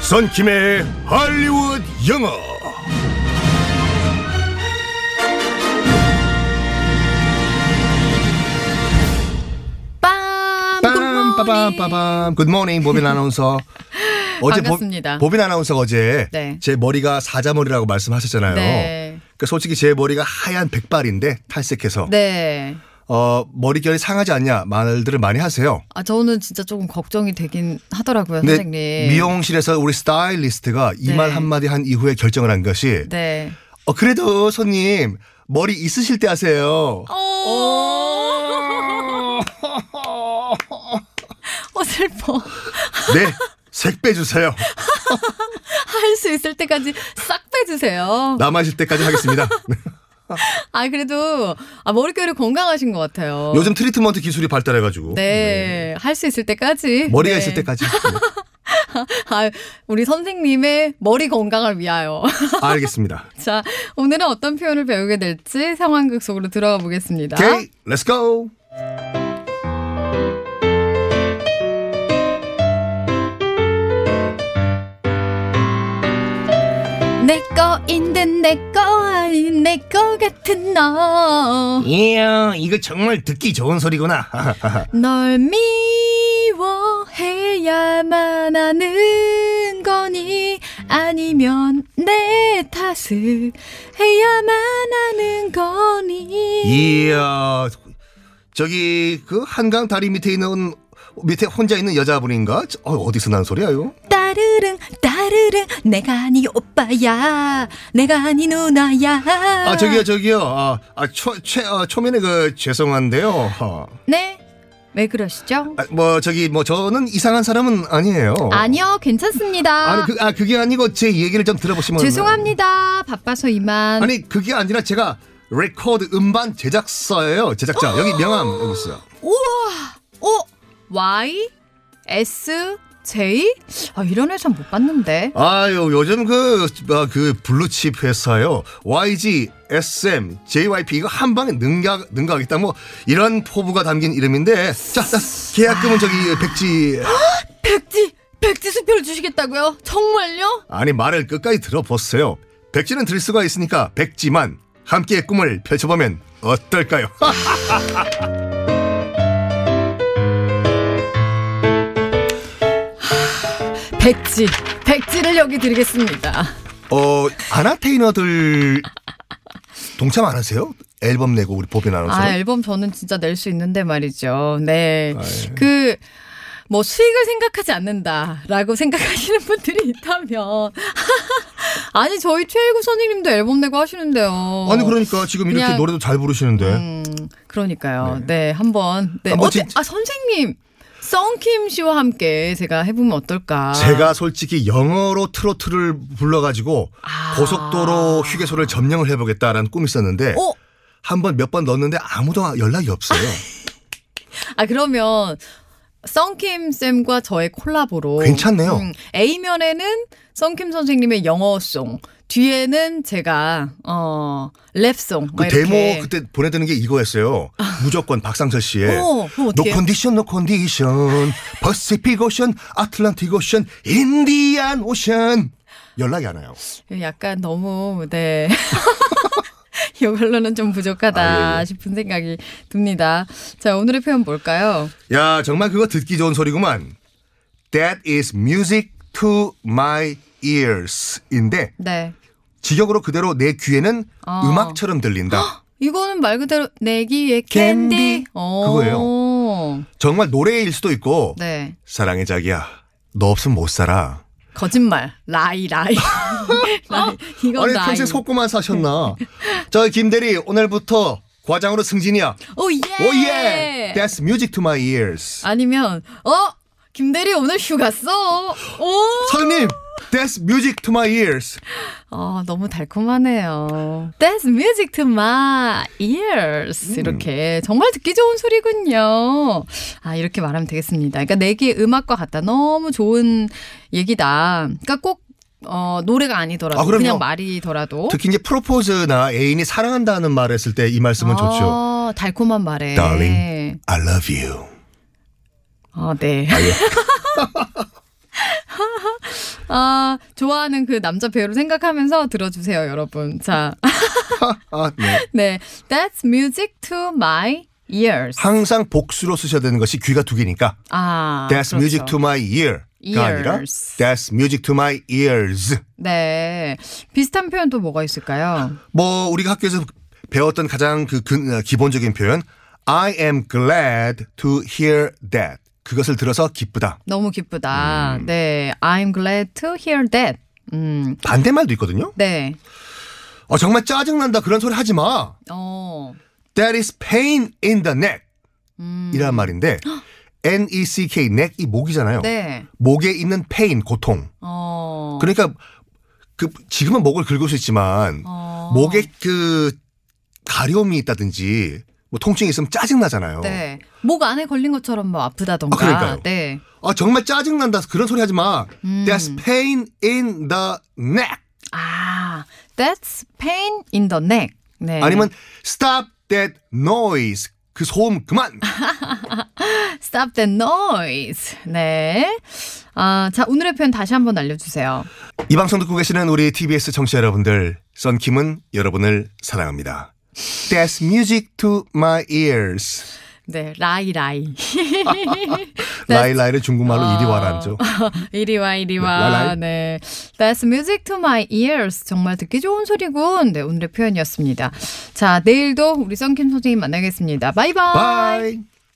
박선킴의 할리우드 영어. 빰! 빰 빠밤 빠밤. 굿모닝 보빈 아나운서. 반갑습니다. 보, 빈 아나운서가 어제 네. 제 머리가 사자머리라고 말씀하셨잖아요. 네. 그러니까 솔직히 제 머리가 하얀 백발인데 탈색해서 네. 어, 머릿결이 상하지 않냐 말들을 많이 하세요. 아, 저는 진짜 조금 걱정이 되긴 하더라고요, 근데 선생님. 네, 미용실에서 우리 스타일리스트가 이 네. 말 한마디 한 이후에 결정을 한 것이 네. 어, 그래도 손님 머리 있으실 때 하세요. 네. 어, 슬퍼. 네. 색 빼주세요. 할 수 있을 때까지 싹 빼주세요. 남아있을 때까지 하겠습니다. 아, 그래도, 아, 머릿결이 건강하신 것 같아요. 요즘 트리트먼트 기술이 발달해가지고. 어. 네. 할 수 있을 때까지. 머리가 네. 있을 때까지. 아, 우리 선생님의 머리 건강을 위하여. 알겠습니다. 자, 오늘은 어떤 표현을 배우게 될지 상황극 속으로 들어가 보겠습니다. 오케이, 렛츠 고! 내 거인데 내 거 아닌 내 거 같은 너. 이야, 이거 정말 듣기 좋은 소리구나. 널 미워해야만 하는 거니 아니면 내 탓을 해야만 하는 거니 이야, 저기, 그 한강 다리 밑에 있는, 밑에 혼자 있는 여자분인가? 저, 어, 어디서 난 소리야, 이거? 따르릉 따르릉 내가 아니 오빠야 내가 아니 누나야 아, 저기요, 저기요. 아, 아 초, 최, 아, 초면에 그, 죄송한데요. 어. 네왜 그러시죠? 아, 뭐, 저기, 뭐, 저는 이상한 사람은 아니에요. 아니요 괜찮습니다 어. 아니, 그, 아, 그게 아니고 제 얘기를 좀 들어보시면. 죄송합니다 바빠서 이만 아니 그게 아니라 제가 레코드 음반 제작사예요 제작자 여기 명함 여기 있어요 우와! 어? Y? S? J? 아, 이런 회사 못 봤는데. 아유 요즘 그그 블루칩 회사요 YG SM JYP 이거 한 방에 능가 능가하겠다 뭐 이런 포부가 담긴 이름인데 자, 자, 계약금은 저기 백지 백지! 백지 수표를 주시겠다고요? 정말요? 아니 말을 끝까지 들어보세요 백지는 들 수가 있으니까 백지만 함께 꿈을 펼쳐보면 어떨까요? 백지. 백지를 여기 드리겠습니다. 아, 어 아나테이너들 동참 안 하세요? 앨범 내고 우리 보빈 아나운서 아, 앨범 저는 진짜 낼 수 있는데 말이죠. 네. 아, 예. 그, 뭐 수익을 생각하지 않는다라고 생각하시는 분들이 있다면. 아니, 저희 최일구 선생님도 앨범 내고 하시는데요. 아니 그러니까 지금 이렇게 어. 그냥- 노래도 잘 부르시는데 음, 그러니까요. 네, 한번. 네. 한번 어때- 뭐 진- 아 선생님, 썬킴 씨와 함께 제가 해보면 어떨까? 제가 솔직히 영어로 트로트를 불러가지고 아. 고속도로 휴게소를 점령을 해보겠다라는 꿈이 있었는데 어? 한 번 몇 번 넣었는데 아무도 연락이 없어요. 아 그러면 썬킴 쌤과 저의 콜라보로 음, 괜찮네요. A 면에는 썬킴 선생님의 영어송, 뒤에는 제가 어 랩송. 그 막 이렇게. 데모 그때 보내드는 게 이거였어요. 무조건 박상철 씨의 어, 그럼 노 어떡해요? 컨디션 노 컨디션 퍼시픽 오션 아틀란틱 오션 인디안 오션 연락이 안 와요. 약간 너무 네. 이걸로는 좀 부족하다 아, 예, 예. 싶은 생각이 듭니다. 자, 오늘의 표현 뭘까요? 야 정말 그거 듣기 좋은 소리구만. That is music to my ears인데 네. 직역으로 그대로 내 귀에는 어. 음악처럼 들린다. 이거는 말 그대로 내기의 캔디. 캔디. 그거예요. 정말 노래일 수도 있고 네. 사랑해 자기야 너 없으면 못 살아. 거짓말. 라이, 라이. 라이. 이거 아니 라이. 평생 속고만 사셨나? 저 김대리 오늘부터 과장으로 승진이야. 오, 예. 오예! That's music to my ears. 아니면, 어? 김대리 오늘 휴가 써. 오! 사장님 That's music to my ears. 어, 너무 달콤하네요. That's music to my ears. 음. 이렇게. 정말 듣기 좋은 소리군요. 아, 이렇게 말하면 되겠습니다. 그러니까 내기 음악과 같다. 너무 좋은 얘기다. 그러니까 꼭, 어, 노래가 아니더라도. 아, 그럼요. 그냥 말이더라도. 특히 이제 프로포즈나 애인이 사랑한다는 말을 했을 때 이 말씀은 좋죠. 아, 달콤한 말에. 예. Darling. 예. I love you. 아, 네. 아, 좋아하는 그 남자 배우를 생각하면서 들어주세요, 여러분. 자, 아, 네. 네. That's music to my ears. 항상 복수로 쓰셔야 되는 것이 귀가 두 개니까 아. That's 그렇죠. music to my ear가 아니라 Ears. That's music to my ears. 네. 비슷한 표현 또 뭐가 있을까요? 뭐 우리가 학교에서 배웠던 가장 그 근- 어, 기본적인 표현 I am glad to hear that. 그것을 들어서 기쁘다. 너무 기쁘다. 음. 네. I'm glad to hear that. 음. 반대말도 있거든요. 네. 어, 정말 짜증난다. 그런 소리 하지 마. 어. That is pain in the neck. 음, 이란 말인데 neck, neck 이 목이잖아요. 네. 목에 있는 pain, 고통. 어. 그러니까 그 지금은 목을 긁을 수 있지만 어. 목에 그 가려움이 있다든지 뭐 통증이 있으면 짜증 나잖아요. 네. 목 안에 걸린 것처럼 뭐 아프다던가. 아, 그러니까요. 네. 아 정말 짜증 난다. 그런 소리 하지 마. 음. That's pain in the neck. 아, that's pain in the neck. 네. 아니면 stop that noise. 그 소음 그만. stop the noise. 네. 아, 자, 오늘의 표현 다시 한번 알려 주세요. 이 방송 듣고 계시는 우리 TBS 청취자 여러분들, 썬킴은 여러분을 사랑합니다. That's music to my ears. 네, 라이 라이. 라일라이를 중국말로 어. 이리 와라죠. 이리 와 이리 네, 와. 라이. 네. That's music to my ears. 정말 듣기 좋은 소리군. 네, 오늘의 표현이었습니다. 자, 내일도 우리 썬킴 선생님 만나겠습니다. 바이바이. 바이.